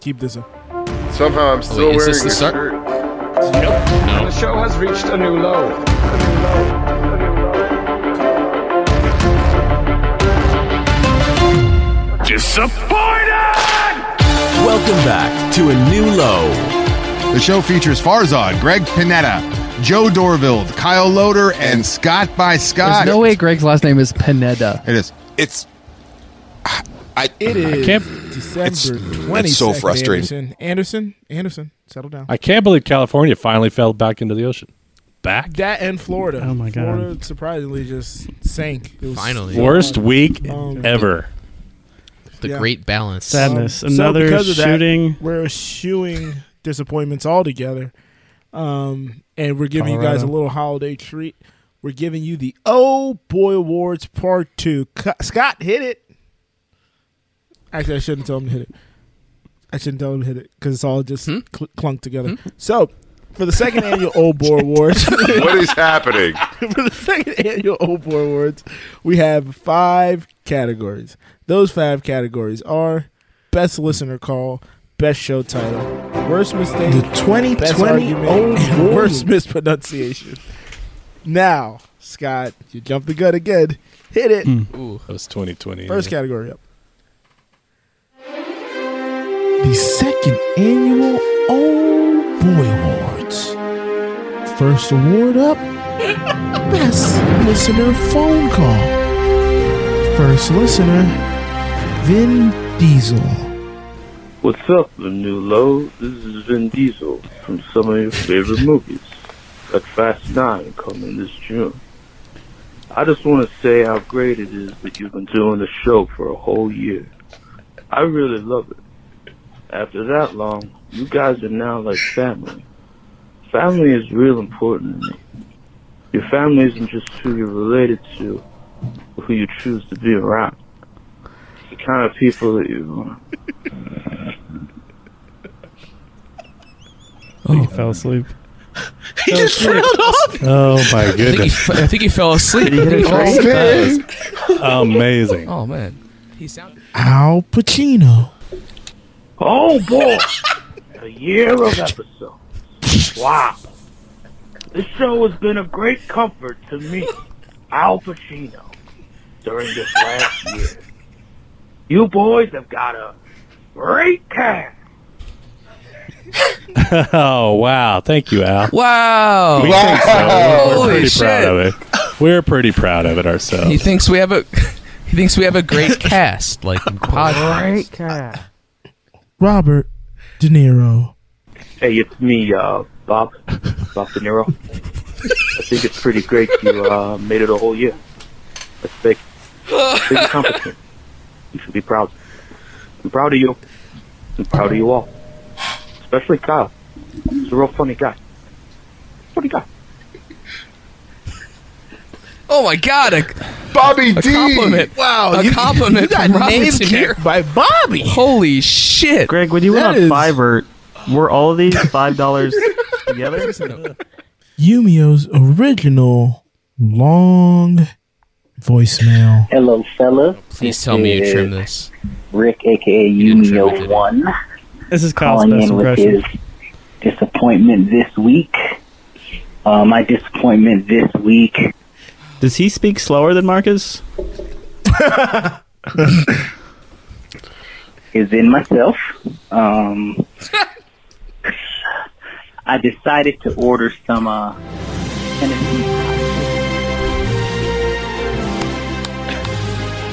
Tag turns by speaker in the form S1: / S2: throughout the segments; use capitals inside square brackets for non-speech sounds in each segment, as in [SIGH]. S1: keep this. in.
S2: Somehow I'm still wearing
S3: Wait, is
S2: your
S3: this the sun-
S2: shirt.
S3: No.
S4: The show has reached a new low.
S5: Welcome back to a new low.
S6: The show features Farzad, Greg Panetta, Joe Dorville, Kyle Loader, and Scott by Scott.
S7: There's no way Greg's last name is Pineda.
S6: It is.
S8: It's I
S1: It is
S9: can't-
S1: December
S8: it's-
S1: twenty.
S8: it's so frustrating.
S1: Anderson. Anderson, Anderson, settle down.
S9: I can't believe California finally fell back into the ocean. Back?
S1: that and Florida.
S10: Oh, my God.
S1: Florida surprisingly just sank. It was
S3: Finally.
S9: Worst
S1: Um,
S9: week ever.
S3: The
S1: Yeah.
S3: great balance.
S10: Sadness.
S1: Um, so
S10: Another
S1: because of that-
S10: shooting.
S1: We're eschewing disappointments altogether, um, and we're giving you guys a
S10: Colorado.
S1: little holiday treat. We're giving you the Oh Boy Awards Part Two. Co- Scott, hit it. Actually, I shouldn't tell him to hit it. I shouldn't tell him to hit it because it's all just cl- clunked together. So, for the second annual Oh Boy Awards.
S2: [LAUGHS] What is happening?
S1: [LAUGHS] for the second annual Old Boy Awards, we have five categories. Those five categories are Best Listener Call, Best Show Title, Worst Mistake,
S5: The
S1: Best
S5: 2020
S1: Argument,
S5: Old
S1: and
S5: Boy.
S1: Worst Mispronunciation. Now, Scott, you jumped the gun again. Hit
S5: Hmm.
S1: it.
S9: That was 2020.
S1: First category up. The second annual Old Boy Awards. First award up [LAUGHS] Best Listener Phone Call. First listener, Vin Diesel.
S11: What's up, the new low? This is Vin Diesel from some of your favorite movies, like Fast Nine coming this June. I just want to say how great it is that you've been doing the show for a whole year. I really love it. After that long, you guys are now like family. Family is real important to me. Your family isn't just who you're related to, but who you choose to be around. It's the kind of people that you want.
S10: He fell asleep.
S3: He just trailed off.
S9: Oh
S1: [LAUGHS]
S3: I
S9: my
S3: think, he,
S9: goodness.
S3: fe- I think he fell asleep.
S6: Okay.
S9: Amazing.
S3: oh man, he sounded.
S1: Al Pacino.
S11: Oh boy! a year of episodes. Wow. This show has been a great comfort to me, Al Pacino, during this last year. You boys have got a great cast.
S9: Oh wow. Thank you, Al.
S3: Wow.
S9: We think so. We're, we're
S3: Holy
S9: pretty
S3: shit.
S9: proud of it. We're pretty proud of it
S3: He
S9: ourselves.
S3: thinks we have a. [LAUGHS] He thinks we have a great cast, like podcast.
S1: Robert De Niro.
S11: Hey, it's me, uh, Bob, Bob De Niro. I think it's pretty great you uh, made it a whole year. That's big. That's big accomplishment. You should be proud. I'm proud of you. I'm proud of you all. Especially Kyle. He's a real funny guy. Funny guy.
S3: Oh my god, a,
S2: Bobby
S3: a
S2: D.
S3: compliment! Wow, a compliment from Robert De Niro.
S1: by Bobby.
S3: Holy shit!
S10: Greg, when you
S1: went That on is-
S10: Fiverr, were all of these five dollars together?
S1: Yumio's original long voicemail.
S11: Hello, fella.
S3: Please tell me you trim this.
S11: Rick, aka
S3: didn't trim it, did you?
S11: One,
S10: [LAUGHS] This is Kyle's best impression.
S11: disappointment this week. Uh, my disappointment this week
S10: Does he speak slower than Marcus?
S11: is in myself. Um, I decided to order some uh, Tennessee.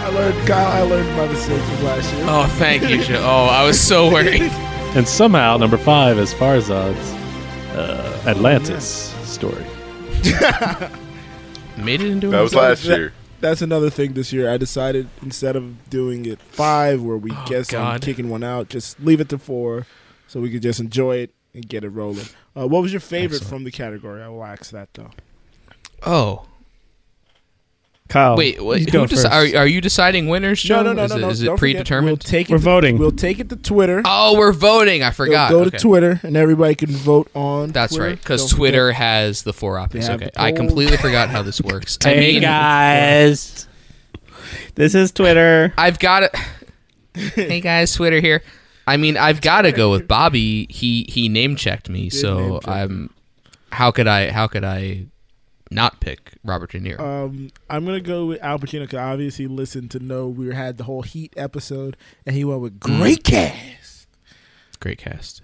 S1: I learned, Kyle, I learned my mistake from last year.
S3: Oh, thank you, Joe. Oh, I was so worried.
S9: And somehow number five is Farzad's uh, Atlantis story.
S3: [LAUGHS] Made it into
S2: That
S3: a
S2: was last year.
S1: That's another thing this year. I decided instead of doing it five, where we guess I'm
S3: Oh, God.
S1: kicking one out, just leave it to four, so we could just enjoy it and get it rolling. Uh, what was your favorite from the category? I will ask that though.
S3: Oh,
S10: Kyle,
S3: wait,
S10: he's
S3: wait who
S10: going
S3: deci-
S10: first.
S3: are, are you deciding winners, Joe?
S1: no, no, no,
S3: is
S1: no,
S3: it,
S1: no.
S3: Is
S1: Don't
S3: it
S1: forget,
S3: predetermined?
S1: We'll take it.
S10: We're voting.
S1: We'll take it to Twitter.
S3: oh, we're voting. I
S1: It'll
S3: forgot.
S1: go to
S3: Okay.
S1: Twitter, and everybody can vote on.
S3: That's
S1: Twitter.
S3: right, because
S1: Don't forget-
S3: Twitter has the four options.
S1: They have
S3: Okay,
S1: the
S3: I
S1: polls.
S3: completely forgot
S1: [LAUGHS]
S3: how this works. I
S9: Hey
S3: mean,
S9: guys.
S10: this is Twitter.
S1: [LAUGHS]
S3: I've got it. hey guys, Twitter here. I mean, I've got to go with Bobby. He he name checked me, so
S1: name-check
S3: I'm. How could I? How could I not pick Robert De Niro?
S1: Um, I'm gonna go with Al Pacino because obviously listened to know we had the whole Heat episode, and he went with
S3: Mm.
S1: great cast.
S3: Great cast.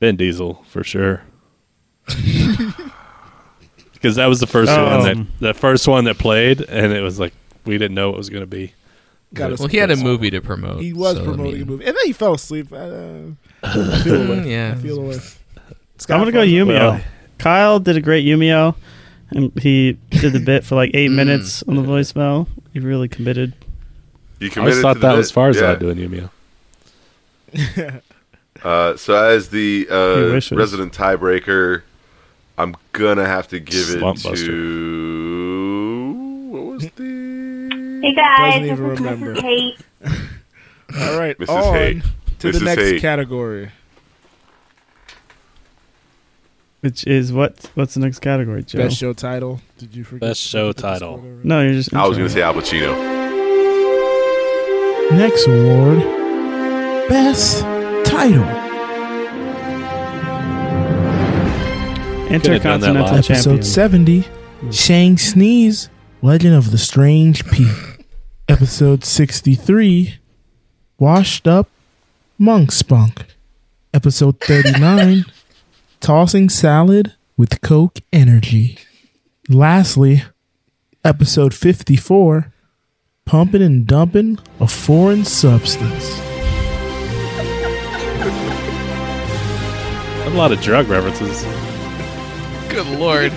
S9: Vin Diesel for sure.
S1: [LAUGHS]
S9: Because that was the first
S10: Um,
S9: one that the first one that played, and it was like we didn't know what it was going to be.
S1: Got us
S3: Well, he had a movie to promote.
S1: He was
S3: so, I
S1: promoting a
S3: mean-
S1: movie, and then he fell asleep. I, uh, I
S9: [LAUGHS]
S1: feel away.
S3: yeah.
S1: I feel away. Scott
S10: I'm gonna go
S1: Farmer.
S10: Yumio.
S9: Well-
S10: Kyle did a great Yumio, and he did the bit for like
S3: [LAUGHS]
S10: eight
S3: Mm.
S10: minutes on the voicemail. He really committed.
S2: You
S9: I always
S2: committed
S9: thought
S2: to the
S9: that was
S2: bit.
S9: Farzad
S2: Yeah.
S9: doing Yumio.
S2: Uh, so as the
S10: He
S2: uh,
S10: wishes.
S2: resident tiebreaker, I'm gonna have to give
S9: Slump
S2: it to what was the
S12: Hey guys,
S1: Doesn't
S12: this
S1: even
S12: is
S1: remember. [LAUGHS]
S12: Mrs. Hate.
S1: All right,
S2: Mrs.
S1: on
S2: Haight.
S1: to the
S2: Mrs.
S1: next
S2: Haight.
S1: category.
S10: Which is what? What's the next category, Joe?
S1: Best show title. Did you forget?
S9: Best show
S1: Put this
S9: title.
S1: one over.
S10: No, you're just.
S2: I was gonna say Al Pacino.
S1: Next award, best title.
S9: Could've done that
S10: Intercontinental
S9: live.
S10: Champion.
S1: Episode seventy, Shang Sneeze, Legend of the Strange Peak. Episode sixty-three, Washed Up, Monk Spunk. Episode
S10: [LAUGHS]
S1: thirty-nine, Tossing Salad with Coke Energy. Lastly, episode fifty-four, Pumping and Dumping a Foreign Substance.
S9: A lot of drug references.
S3: Good
S1: [LAUGHS]
S3: lord.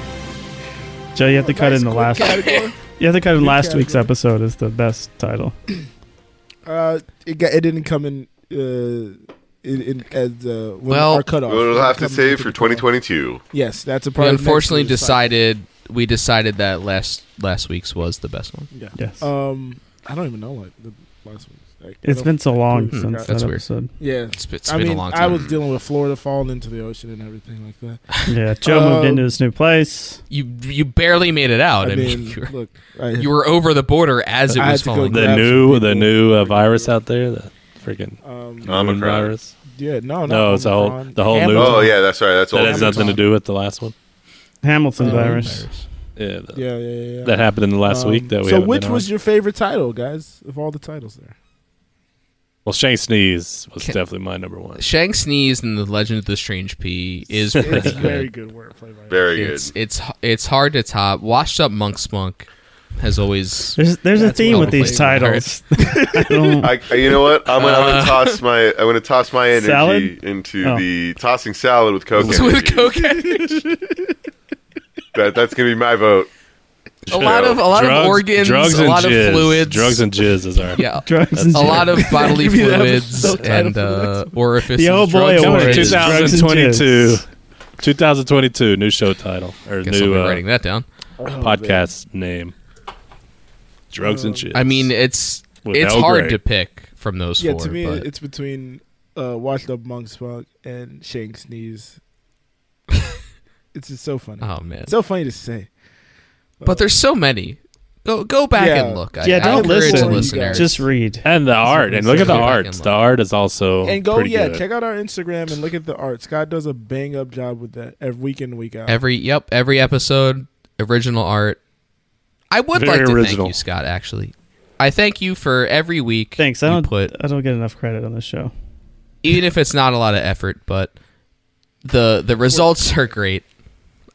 S10: Joe, you have to cut in the last. You have to cut in last week's episode as the best title.
S1: Uh, it got, it didn't come in. Uh, in, in as uh, when
S3: Well-
S1: our cutoff.
S2: We'll
S1: It
S2: have to
S1: comes
S2: save
S1: to
S2: for
S1: the cutoff.
S2: 2022.
S1: Yes, that's a
S3: We
S1: part.
S3: unfortunately decided we decided that last last week's was the best one.
S1: Yeah.
S10: Yes.
S1: Um, I don't even know what the last one. Like, I
S10: it's
S1: don't-
S10: been so long
S1: Hmm,
S10: since
S3: that's
S10: that
S3: weird.
S10: episode.
S1: Yeah,
S3: It's, it's
S1: I
S3: been
S1: mean,
S3: a long time.
S1: I was dealing with Florida falling into the ocean and everything like that.
S10: Yeah, Joe
S1: Um,
S10: moved into this new place.
S3: you you barely made it out. I, mean, Oh, [LAUGHS] you, were,
S1: look, I,
S3: you were over the border as it
S1: I had
S3: was
S1: to go
S3: falling.
S1: grab-
S9: The
S1: Grabs
S9: new the
S1: people.
S9: new uh, virus out there, the freaking
S1: um,
S2: I'm a crowd.
S9: virus.
S1: yeah, no, no,
S9: No, it's the whole the whole
S1: Hamilton.
S9: new.
S2: Oh yeah, that's right. That's all.
S9: that has nothing to do with the last one.
S10: Hamilton
S1: um,
S10: virus.
S9: Yeah, the-
S1: Yeah, yeah, yeah. yeah.
S9: that happened in the last
S1: Um,
S9: week. That we
S1: so,
S9: haven't
S1: which
S9: been
S1: was
S9: on.
S1: your favorite title, guys, of all the titles
S9: [LAUGHS]
S1: there?
S9: well, Shang Sneeze was
S3: Can-
S9: definitely my number one.
S3: Shang sneezed and the Legend of the Strange P is pretty
S1: It's very
S3: good.
S1: good wordplay. By
S2: Very good.
S3: It's it's it's hard to top. Washed up monk spunk has always
S10: There's there's a
S3: That's
S10: theme with
S3: probably
S10: these
S3: where it
S10: titles. [LAUGHS] I
S3: [LAUGHS]
S10: don't-
S2: I, I- you know what? I'm gonna, I'm gonna toss my I'm gonna toss my energy
S10: Salad?
S2: into
S10: Oh.
S2: the tossing salad with coke.
S3: [LAUGHS] with
S2: energy.
S3: coke. energy.
S2: That, that's gonna be my vote.
S3: a lot of a lot
S9: drugs,
S3: of organs,
S9: drugs
S3: a lot
S9: and
S3: of
S9: jizz.
S3: fluids,
S9: Drugs and jizz is our
S3: [LAUGHS] yeah.
S1: [LAUGHS]
S10: drugs and
S3: A lot of bodily
S10: Maybe that was
S3: fluids
S10: so
S3: and uh, orifices.
S10: The old boy
S3: drugs,
S10: award.
S9: Coming
S3: and
S9: in
S10: Drugs and
S9: [LAUGHS] 2022. 2022 new show title or
S3: Guess I'll
S9: new
S3: be
S9: uh,
S3: writing that down.
S9: podcast name. Drugs and shit.
S3: I mean, it's
S9: With
S3: it's
S9: Al
S3: hard
S9: Gray.
S3: to pick from those
S1: yeah,
S3: four.
S1: to me,
S3: but
S1: it's between uh, Washed Up Monk Spunk and Shang
S3: [LAUGHS]
S1: Sneeze. it's just so funny.
S3: oh man,
S1: It's so funny to say.
S3: but there's so many. Go go back
S1: Yeah.
S3: and look. I,
S10: Yeah,
S3: I
S10: don't
S3: encourage
S10: listen.
S3: the listeners.
S10: Just read. Uh,
S9: and the art, and look at the
S3: Go back
S9: art.
S3: and look.
S9: The art is also
S1: and go
S9: pretty
S1: yeah,
S9: good.
S1: check out our Instagram and look at the art. Scott does a bang up job with that every week in week out.
S3: every yep every episode original art. I would
S9: Very
S3: like to
S9: original.
S3: thank you, Scott. Actually, I thank you for every week.
S10: Thanks. I
S3: you
S10: don't.
S3: put
S10: I don't get enough credit on this show.
S3: even if it's not a lot of effort, but the the results are great.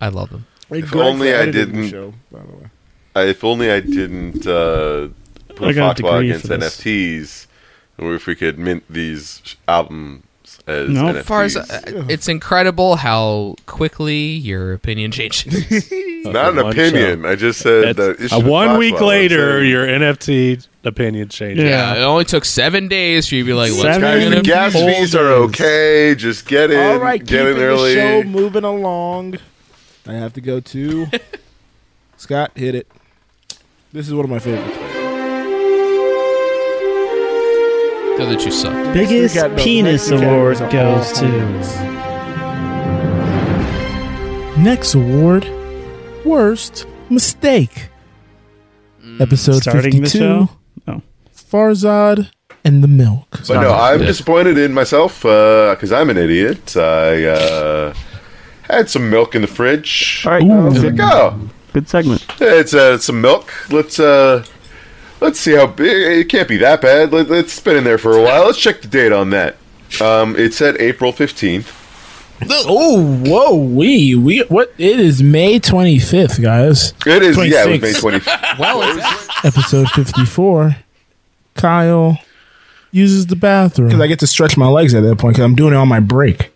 S3: I love them.
S1: Like,
S2: If
S1: Greg
S2: only
S1: for
S2: I
S1: editing the
S2: didn't-
S1: Show, by the way.
S2: I, if only I didn't uh, put
S10: I
S2: a
S10: got a
S2: fatwa
S10: degree
S2: against
S10: for this.
S2: NFTs, or if we could mint these sh- albums as
S10: No.
S2: NFTs.
S3: As far as uh, it's incredible how quickly your opinion [LAUGHS] changes.
S2: not an
S9: One show.
S2: opinion. I just said
S9: It's-
S2: that it
S9: uh,
S2: should
S9: one
S2: be
S9: week
S2: fatwa. I'm
S9: later,
S2: saying-
S9: your NFT opinion changes.
S3: yeah, it only took seven days for you to be like, what's
S10: Seven
S2: Guys,
S3: going
S2: the
S10: Random
S2: gas fees are
S10: folders.
S2: okay. Just get in.
S1: All right,
S2: get
S1: keeping
S2: in early.
S1: the show moving along. I have to go
S3: [LAUGHS]
S1: to Scott. Hit it. This is one of my favorites.
S10: [LAUGHS]
S3: The other two suck.
S10: Biggest
S1: Got the
S10: penis
S1: Mexican
S10: award
S1: categories are all
S10: goes to.
S1: Next award Worst Mistake. Episode
S10: Mm, Starting the Oh.
S1: 52.
S10: show? No.
S1: Farzad and the milk.
S2: But no, I'm disappointed in myself because I'm an idiot. I uh, had some milk in the fridge.
S10: All right, um,
S2: I was like, oh,
S10: good segment.
S2: it's uh, some milk. Let's uh, let's see how big. It can't be that bad. Let, it's been in there for a while. Let's check the date on that. Um, it said April fifteenth.
S1: Oh, whoa, we we what? It is May twenty fifth, guys.
S2: It is yeah, it
S1: 26th,
S2: was May twenty.
S3: Well, it's
S1: episode fifty [LAUGHS] four. Kyle uses the bathroom because I get to stretch my legs at that point because I'm doing it on my break.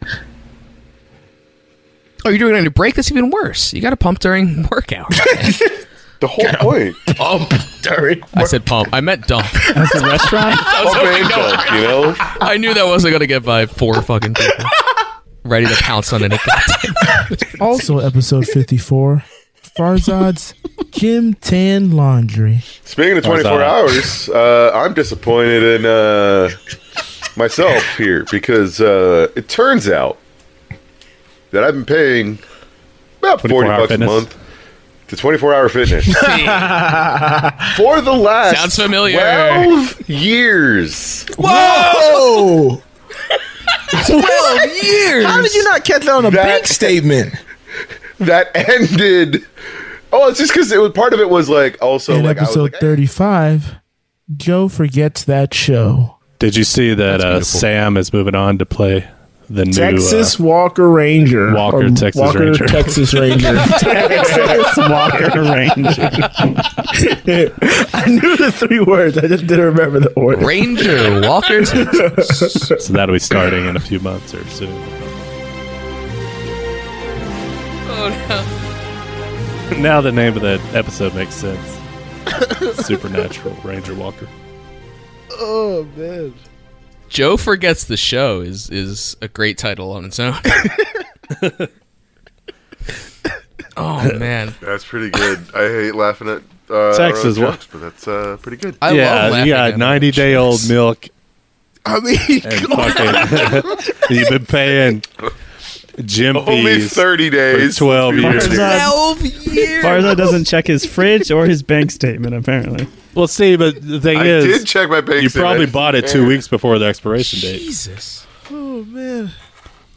S3: Oh, you're doing it on your break? That's even worse. You got to pump during [LAUGHS] workout.
S2: the
S10: [LAUGHS]
S2: whole point.
S3: pump during I said pump. I meant [LAUGHS] dump.
S10: That's a restaurant.
S3: I, was
S2: Pump
S3: hoping
S2: and
S3: no one-
S2: dump, you know.
S3: I knew that wasn't going to get by four fucking people. Ready to pounce on any goddamn.
S10: [LAUGHS]
S1: Also, episode fifty four. Farzad's gym tan laundry.
S2: Speaking of 24 hours, uh, I'm disappointed in uh, myself here because uh, it turns out that I've been paying about 40
S9: hour
S2: bucks
S9: fitness.
S2: a month to 24 hour
S3: [LAUGHS]
S2: fitness for the last
S3: Sounds familiar.
S2: 12 years.
S1: Whoa!
S3: Twelve years.
S1: How did you not catch that on a
S2: That-
S1: bank statement?
S2: That ended. Oh, it's just because it was part of it was like also
S1: In
S2: like I was
S1: episode
S2: like, "Eh."
S1: thirty five, Joe forgets that show.
S9: Did you see that uh, Sam is moving on to play the new
S1: Texas Walker Ranger.
S9: uh, Walker, Texas
S1: Walker,
S9: Ranger.
S1: Texas Ranger. [LAUGHS]
S9: [LAUGHS]
S1: Texas
S9: uh,
S1: Walker Ranger. I knew the three words. I just didn't remember the order.
S3: [LAUGHS] Ranger Walker.
S9: Uh, so that'll be starting in a few months or soon.
S3: Oh,
S9: Now the name of that episode
S1: [COUGHS]
S9: makes sense. Supernatural Ranger Walker.
S3: no. [LAUGHS] Joe forgets the show is is a great title on its own. [LAUGHS] oh man,
S2: that's pretty good. I hate laughing at uh,
S9: Sex
S2: our own
S9: is what-
S2: jokes, but that's uh, pretty good.
S3: I love
S9: yeah,
S3: laughing
S9: you
S3: at
S9: got
S3: them.
S9: ninety day old milk
S1: I mean,
S9: and fucking [LAUGHS] you've been paying gym
S2: Only
S9: fees
S2: 30 days.
S9: for 12 years.
S3: Twelve years.
S10: Farzad doesn't check his fridge or his bank statement, apparently.
S9: Well, see, but the thing
S2: I
S9: is,
S2: did check my bank
S9: you
S2: statement.
S9: probably bought it two weeks before the expiration date.
S3: Jesus. Oh man.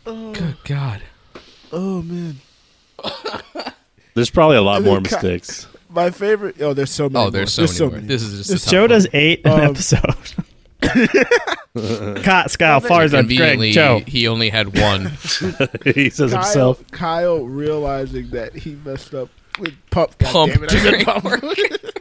S3: Good God.
S9: There's probably a lot more
S1: Ca-
S9: mistakes. [LAUGHS]
S1: my favorite. Oh, there's so many.
S3: Oh, there's so many. more. This is just a tough
S10: Joe
S3: one.
S10: does eight an
S1: Um, [LAUGHS]
S10: episode. Cot, Scott, Farzad,
S3: Conveniently, [LAUGHS]
S10: Greg, Joe.
S3: he only had
S1: [LAUGHS]
S3: one.
S9: he says himself.
S1: Kyle realizing that he messed up with pump.
S3: Pump during work.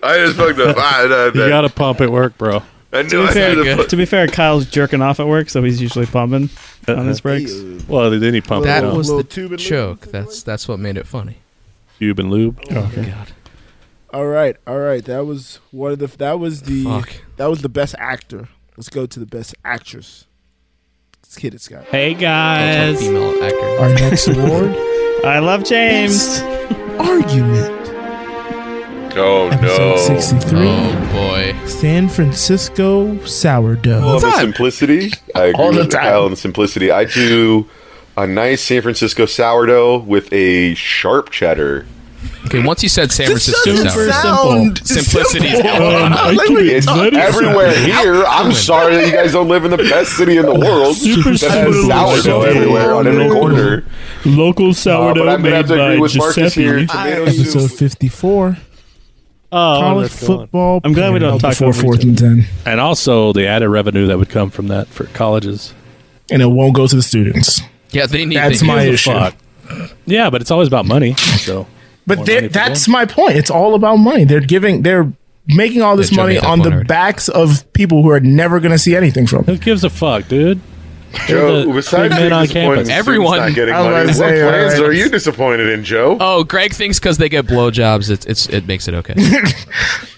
S2: I just fucked up. I, I,
S9: [LAUGHS] You gotta pump at work, bro.
S2: I
S10: To
S2: knew
S10: be,
S2: I had
S10: fair,
S2: to
S10: to be fair, Kyle's jerking off at work, so he's usually pumping on his breaks.
S9: Well, then he pumped
S3: That
S9: it
S3: was
S9: was
S1: Little
S3: the
S1: tube and lube
S3: joke. That's that's what made it funny.
S9: Cube and Lube.
S3: God.
S1: All right, all right. That was one of the. That was the.
S3: Fuck.
S1: That was the best actor. Let's go to the best actress. Let's hit it, Scott.
S9: Hey
S3: That's a
S9: guys,
S3: female actor.
S1: Our next
S10: [LAUGHS]
S1: award
S10: I love James.
S1: argument.
S2: put- Oh,
S1: Episode
S2: no.
S1: 63
S3: Oh boy.
S1: San Francisco sourdough.
S2: On the simplicity, I agree
S1: All the
S2: with
S1: time.
S2: Kyle on the simplicity. I do a nice San Francisco sourdough with a sharp cheddar.
S3: Okay, once you said San Francisco sour,
S1: sound
S3: simplicity is
S9: Um, I
S1: Let
S9: can
S1: me
S9: be
S2: It's
S9: bloody
S2: everywhere here. I'm sorry that you guys don't live in the best city
S9: [LAUGHS]
S2: in the world
S9: Super
S2: that has
S9: sourdough.
S2: sourdough everywhere on every corner.
S9: local
S2: Uh,
S9: sourdough
S2: but I'm going to have to agree with Marcus here. Tomato
S1: Episode
S2: soup.
S1: 54 Oh, College football.
S10: I'm glad we don't talk
S1: before
S10: over each
S1: 4th and 10.
S9: And also the added revenue that would come from that for colleges.
S1: And it won't go to the students.
S3: [LAUGHS] Yeah, they need.
S1: That's
S3: they
S1: my
S3: need-
S1: issue.
S9: Fuck. Yeah, but it's always about money. So
S1: But
S9: More
S1: they're-
S9: money for
S1: that's my point. It's all about money. They're giving, they're making all this
S3: Yeah, Joe
S1: money
S3: made that
S1: on
S3: point
S1: the
S3: already.
S1: backs of people who are never going to see anything from.
S9: who gives a fuck, dude? They're
S2: Joe,
S9: the
S2: besides
S9: three
S2: being
S9: men
S2: disappointed
S9: on
S2: in
S9: campus.
S2: students
S3: Everyone-
S2: not getting
S1: I was
S2: money,
S1: gonna
S2: what
S1: say, all
S2: plans
S1: right.
S2: are you disappointed in, Joe?
S3: Oh, Greg thinks because they get blowjobs, it's it's it makes it okay.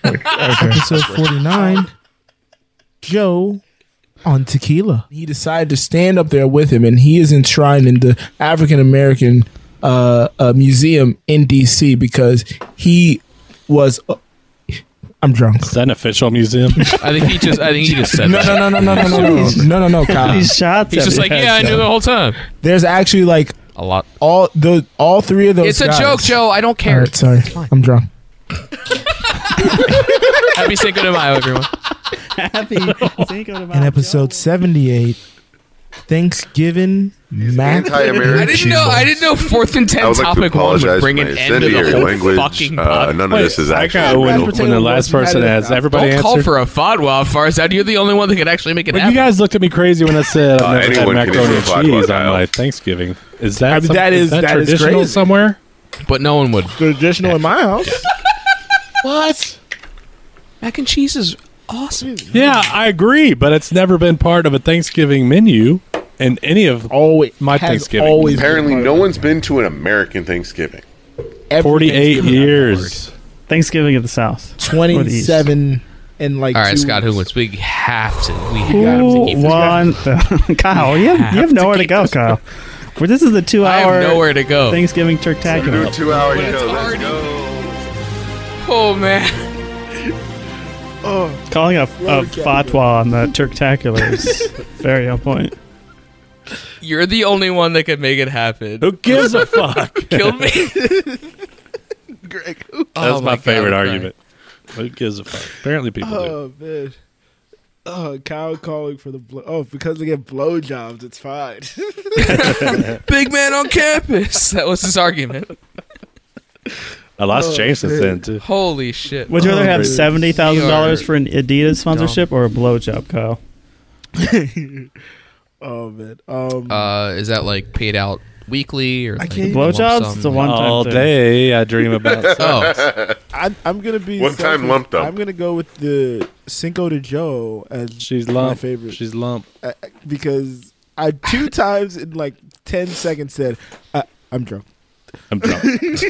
S1: episode 49 joe on tequila he decided to stand up there with him and he is enshrined in the african american uh, uh, museum in dc because he was uh, i'm drunk
S9: Is that an official museum?
S3: I think he just I think he just
S1: [LAUGHS]
S3: said
S1: no
S3: that.
S1: no no no no no no no
S3: [LAUGHS]
S1: no no no Kyle.
S10: These shots.
S3: He's
S10: at
S3: just
S10: me.
S3: like, yeah, I knew the whole time.
S1: there's actually like
S3: A lot.
S1: all the all three of those
S3: It's a
S1: guys-
S3: joke, Joe. I
S1: Oh,
S3: don't
S1: all
S3: care.
S1: right sorry i'm drunk
S3: Happy Cinco de Mayo, everyone. [LAUGHS]
S10: Happy Cinco de
S1: In
S10: Mayo.
S1: episode 78, Thanksgiving Mac.
S3: I didn't know. I didn't know fourth and ten
S2: I would like to
S3: topic one would
S2: apologize for
S3: bring
S2: my
S3: an end to
S2: incendiary
S3: the whole
S2: language.
S3: fucking
S2: Uh,
S3: podcast.
S2: none of this is
S9: I
S2: actually
S9: got when,
S2: real.
S9: when the last person has everybody
S3: Don't call
S9: answered.
S3: for a fatwa, Farzad. You're the only one that could actually make it
S9: But
S3: happen.
S9: you guys looked at me crazy when I said
S2: Uh,
S9: I've never
S2: anyone
S9: had
S2: can
S9: macaroni and
S2: eat a flat
S9: cheese
S2: white
S9: on
S2: owl.
S9: my Thanksgiving. Is that
S1: I mean,
S9: some-
S1: that is-
S9: that
S1: that is
S9: traditional
S1: crazy.
S9: somewhere?
S3: but no one would.
S1: Traditional in my house.
S9: What?
S3: Mac and cheese is awesome.
S9: Yeah, I agree, but it's never been part of a Thanksgiving menu in any of
S1: Always.
S9: My
S1: Oh, has
S9: Thanksgiving.
S1: Always been
S2: Apparently,
S1: part of
S2: no one's been to an American Thanksgiving.
S1: every
S9: 48
S1: Thanksgiving.
S9: years.
S10: Thanksgiving of the South. Or the East.
S1: 27 and like
S3: All right,
S1: two
S3: Scott, who
S1: weeks.
S3: wins? We have to. We have to
S10: Who
S3: keep this.
S10: won? the- [LAUGHS] Kyle, you have, you have nowhere to go, Kyle. Well, this is the
S3: I
S10: two-hour
S3: have nowhere to go.
S10: Thanksgiving turktacular.
S2: two hour
S3: But it's
S2: show. Let's
S3: already-
S2: go.
S3: Oh man,
S10: Calling a, a fatwa on the turktacular is
S1: [LAUGHS]
S10: very on point.
S3: you're the only one that could make it happen.
S9: Who gives
S1: [LAUGHS]
S9: a fuck?
S3: Kill me. Oh, Greg.
S9: [LAUGHS]
S1: Oh
S9: That was my, favorite argument. Who gives a fuck? Apparently people do.
S1: Oh, man. Oh, Kyle calling for the blow. Oh, because they get blowjobs, it's fine.
S3: Big man on campus. [LAUGHS] That was his argument.
S9: A
S1: oh,
S9: lot's changed since then, too.
S3: Holy shit.
S10: [LAUGHS] Would you rather have
S9: Dude.
S10: seventy thousand dollars
S3: You are
S10: for an Adidas sponsorship or a blowjob, Kyle?
S1: oh, man. Um,
S3: Uh, is that like paid out weekly or like
S1: can't-
S3: lump
S10: Blowjobs?
S3: sum?
S10: It's a one- time
S9: All
S10: thing.
S9: day I
S1: [LAUGHS]
S9: dream about sex.
S3: Oh,
S1: I, I'm going to be.
S2: One time
S1: selfish.
S2: lump dump.
S1: I'm going to go with the Cinco de Joe as
S9: She's
S1: my
S9: lump.
S1: favorite.
S9: She's lump.
S1: uh, because I two times in like 10 seconds said, I, I'm drunk.
S9: I'm drunk. [LAUGHS]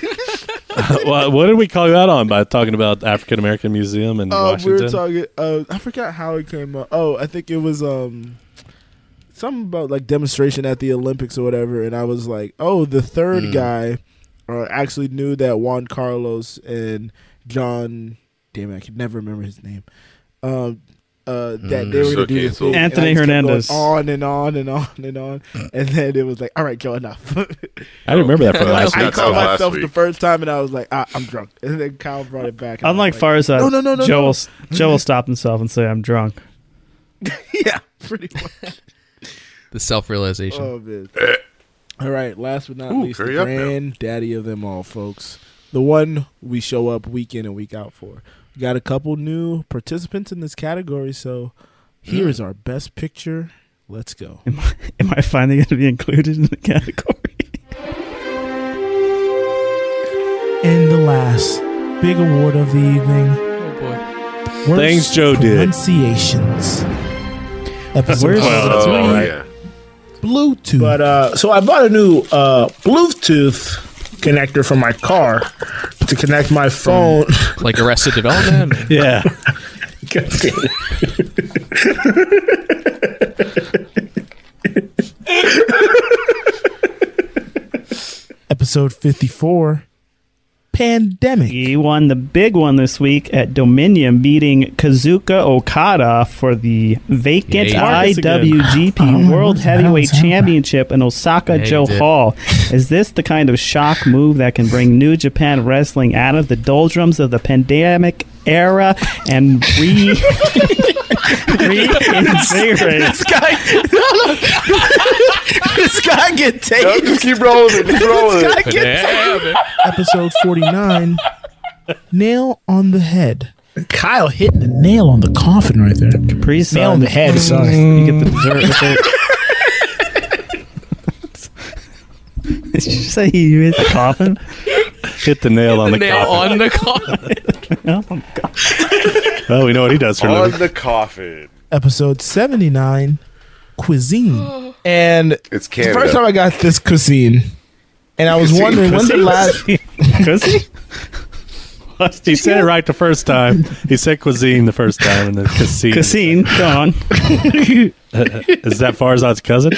S9: well, what did we call you out on by talking about African American Museum in
S1: Oh, we
S9: Washington?
S1: were talking. Uh, I forgot how it came up. Oh, I think it was um, something about like demonstration at the Olympics or whatever. And I was like, oh, the third guy uh, actually knew that Juan Carlos and John. Damn, it, I can never remember his name. Um, uh, that they were
S2: So
S1: gonna do this
S2: canceled.
S1: thing. And I
S10: Anthony
S1: just kept going
S10: Hernandez.
S1: on and on and on and on, and then it was like, all right, Joe, enough. [LAUGHS]
S9: I didn't remember that from last
S1: I
S9: week.
S2: That's how
S1: called
S2: last
S1: myself the
S2: week.
S1: first time, and I was like, ah, I'm drunk. And then Kyle brought it back. and I was
S10: Unlike
S1: like,
S10: Farzad,
S1: No, no, no, no,
S10: Joe
S1: no.
S10: will s- Joe will stop himself and say, "I'm drunk."
S1: [LAUGHS]
S10: [LAUGHS]
S1: yeah, pretty much.
S3: the self realization.
S1: Oh man. all right. Last but not
S2: Ooh,
S1: least, the
S2: hurry up now.
S1: granddaddy of them all, folks. The one we show up week in and week out for. We got a couple new participants in this category, so here
S12: Mm.
S1: is our best picture. Let's go.
S10: Am I finally going to be included in the category?
S1: And the last big award of the evening. boy.
S9: Things Joe did.
S1: Pronunciations. Episode
S10: Worst- Well,
S2: Oh,
S10: all right.
S2: yeah.
S1: Bluetooth.
S12: But uh, so I bought a new uh, Bluetooth connector for my car to connect my phone.
S3: Like
S1: [LAUGHS]
S3: Arrested Development.
S9: Yeah.
S12: God damn it.
S1: episode 54 pandemic [LAUGHS]
S10: He won the big one this week at Dominion, beating Kazuka Okada for the vacant
S3: Yay. Marcus
S10: IWGP
S1: again.
S10: World
S1: Oh, what
S10: Heavyweight
S1: the hell is
S10: Championship in Osaka
S3: Yeah, he
S10: Joe
S3: did.
S10: Hall. Is this the kind of shock move that can bring New Japan Wrestling out of the doldrums of the pandemic era and
S3: [LAUGHS]
S10: re [LAUGHS] reinvigorate?
S12: this guy get
S2: No,
S12: taken.
S2: just keep rolling it. Keep rolling it.
S1: episode 49 nail on the head
S12: Kyle hitting the nail on the coffin right there.
S10: Priest,
S12: Nail on the head. Sorry.
S10: You get the dessert with it. [LAUGHS] Did you say you hit the [LAUGHS] coffin?
S9: Hit the nail on the,
S3: Nail
S9: coffin.
S3: on the coffin.
S10: Oh my god.
S9: Oh, we know what he does for a
S2: On
S9: living.
S2: the coffin.
S1: episode 79 cuisine and
S2: It's
S1: the first
S2: Canada.
S1: time i got this cuisine and i was wondering when's the last
S10: Cuisine?
S9: He said it right the first time. He said cuisine the first time, and then cuisine.
S10: Cuisine, go
S3: [LAUGHS]
S10: on.
S9: Is that Farzad's cousin?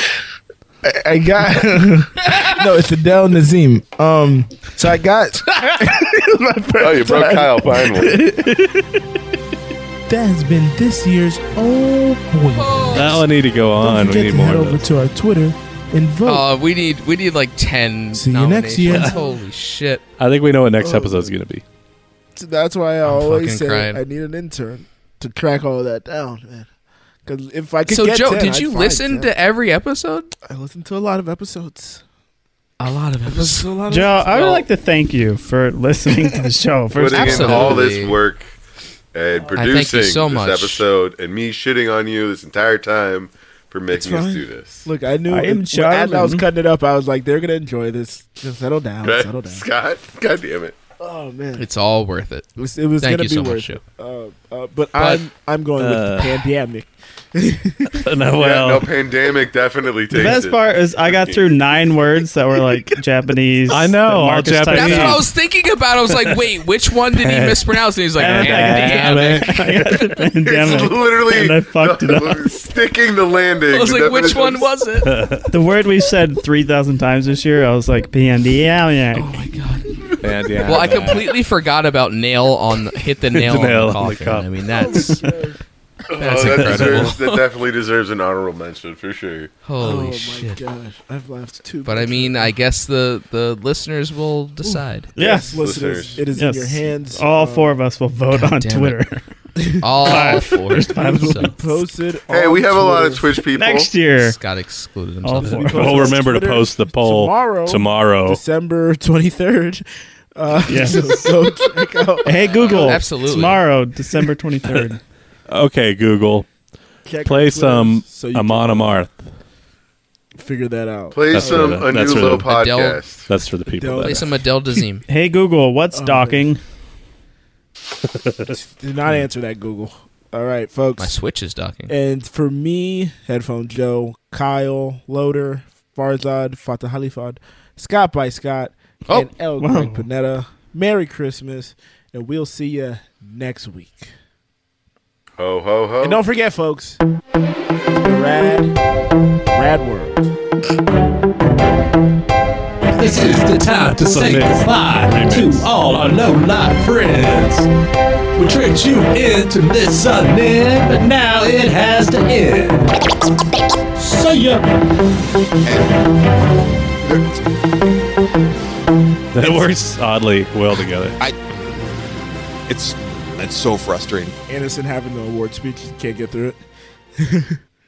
S1: i got [LAUGHS] no it's adele nazim um so i got
S2: Oh, you broke Kyle finally.
S1: that has been this year's oh boy
S9: That will need to go
S1: Don't
S9: on. We
S1: forget
S9: need
S1: to
S9: more
S1: head
S9: of
S1: over
S9: those.
S1: to our twitter and vote
S3: Uh, we need we need like ten.
S1: See you next year.
S3: nominations. Holy shit!
S1: [LAUGHS]
S9: I think we know what next episode's going to be.
S1: That's why I
S3: I'm
S1: always
S3: fucking
S1: say
S3: crying.
S1: I need an intern. to track all that down, man. Because if I could
S3: So
S1: get
S3: Joe,
S1: 10,
S3: did
S1: I'd
S3: you
S1: find
S3: listen
S1: 10.
S3: to every episode?
S1: I listened to a lot of episodes.
S3: A lot of episodes.
S10: Joe, I would like to thank you for listening to
S3: [LAUGHS]
S10: the show. First
S2: putting
S10: of
S2: in all this
S10: Absolutely.
S2: work and
S10: thank you
S2: producing
S10: so
S2: this
S10: much.
S2: episode, and me shitting on you this entire time for making us
S1: fine.
S2: do this.
S1: Look, I knew
S2: I
S1: when- when-
S2: am
S1: as I was
S2: charming.
S1: cutting it up, I was like, they're gonna enjoy this. Just settle down, settle down.
S2: Scott, God damn it!
S1: Oh man,
S3: It's all worth it.
S1: It was, it was
S3: Thank
S1: gonna
S3: you
S1: be
S3: so
S1: worth
S3: much,
S1: it.
S3: Joe.
S1: Uh, uh, but,
S3: But-
S1: I'm I'm going with the
S3: Uh,
S1: pandemic.
S10: no, well.
S2: yeah, no pandemic definitely takes
S10: The best
S2: it.
S10: part is I got through nine words that
S3: [LAUGHS]
S10: were like Japanese. I know
S3: all That's what
S10: [LAUGHS]
S3: I was thinking about. I was like, wait, which one did he mispronounce? And he's like,
S10: Damn it.
S3: damn it.
S10: pandemic.
S2: literally
S10: and I fucked it up.
S2: Sticking the landing.
S3: I was
S2: the
S3: like, which
S2: definition
S3: one
S2: of-
S1: [LAUGHS]
S3: was it?
S10: the word we've said three thousand times this year. I was like pandemic. Oh my
S9: And yeah.
S3: well, I completely forgot about nail on the- hit the nail,
S10: nail
S3: on the coffin. I mean, that's
S1: [LAUGHS]
S3: that's
S2: oh, that,
S3: incredible.
S2: deserves, that definitely deserves an honorable mention for sure.
S3: Holy
S1: oh
S3: shit!
S1: my gosh, I've laughed too.
S3: But I mean, I guess the the listeners will decide.
S10: Yes,
S1: listeners, it is in your hands.
S10: All four of us will vote
S3: God
S10: on
S3: damn it.
S10: Twitter.
S3: [LAUGHS] All
S10: [LAUGHS] Five. [LAUGHS]
S3: four.
S10: There's five of
S3: So-
S10: us.
S1: Posted.
S2: Hey,
S1: on
S2: we have a lot of
S1: Twitter.
S2: Twitch people.
S10: Next year,
S3: Scott excluded
S10: All
S3: himself.
S10: four.
S9: Well, remember to post the poll
S1: tomorrow. [LAUGHS]
S9: tomorrow.
S1: December twenty third. Uh,
S10: Yeah.
S1: so, [LAUGHS] so check out.
S10: Hey Google,
S3: Absolutely.
S10: tomorrow, December twenty third.
S9: Okay, Google,
S1: Check
S9: play
S1: Twitter
S9: some
S1: so you
S9: Amon Amarth.
S1: Figure that out.
S2: Play
S9: That's
S2: some
S9: for the-
S2: a new
S9: that's for
S2: low
S9: the-
S3: Adele-
S2: podcast.
S9: That's for the people.
S3: Play
S9: That,
S3: some Adele Dazeem.
S10: Hey Google, what's docking?
S1: Did not answer that Google. All right, folks.
S3: My Switch is docking.
S1: And for me, Headphone Joe, Kyle, Loader, Farzad, Fatah Halifad, Scott by Scott, and El
S10: Wow.
S1: Greg Panetta. Merry Christmas, and we'll see you next week.
S2: Ho ho ho!
S1: And don't forget, folks, rad, rad world.
S5: This is the time to say goodbye to all our low life friends. We tricked you into listening, but now it has to end. See ya.
S9: that works oddly well together.
S8: It's it's so frustrating.
S1: Anderson having the award speech, can't get through it.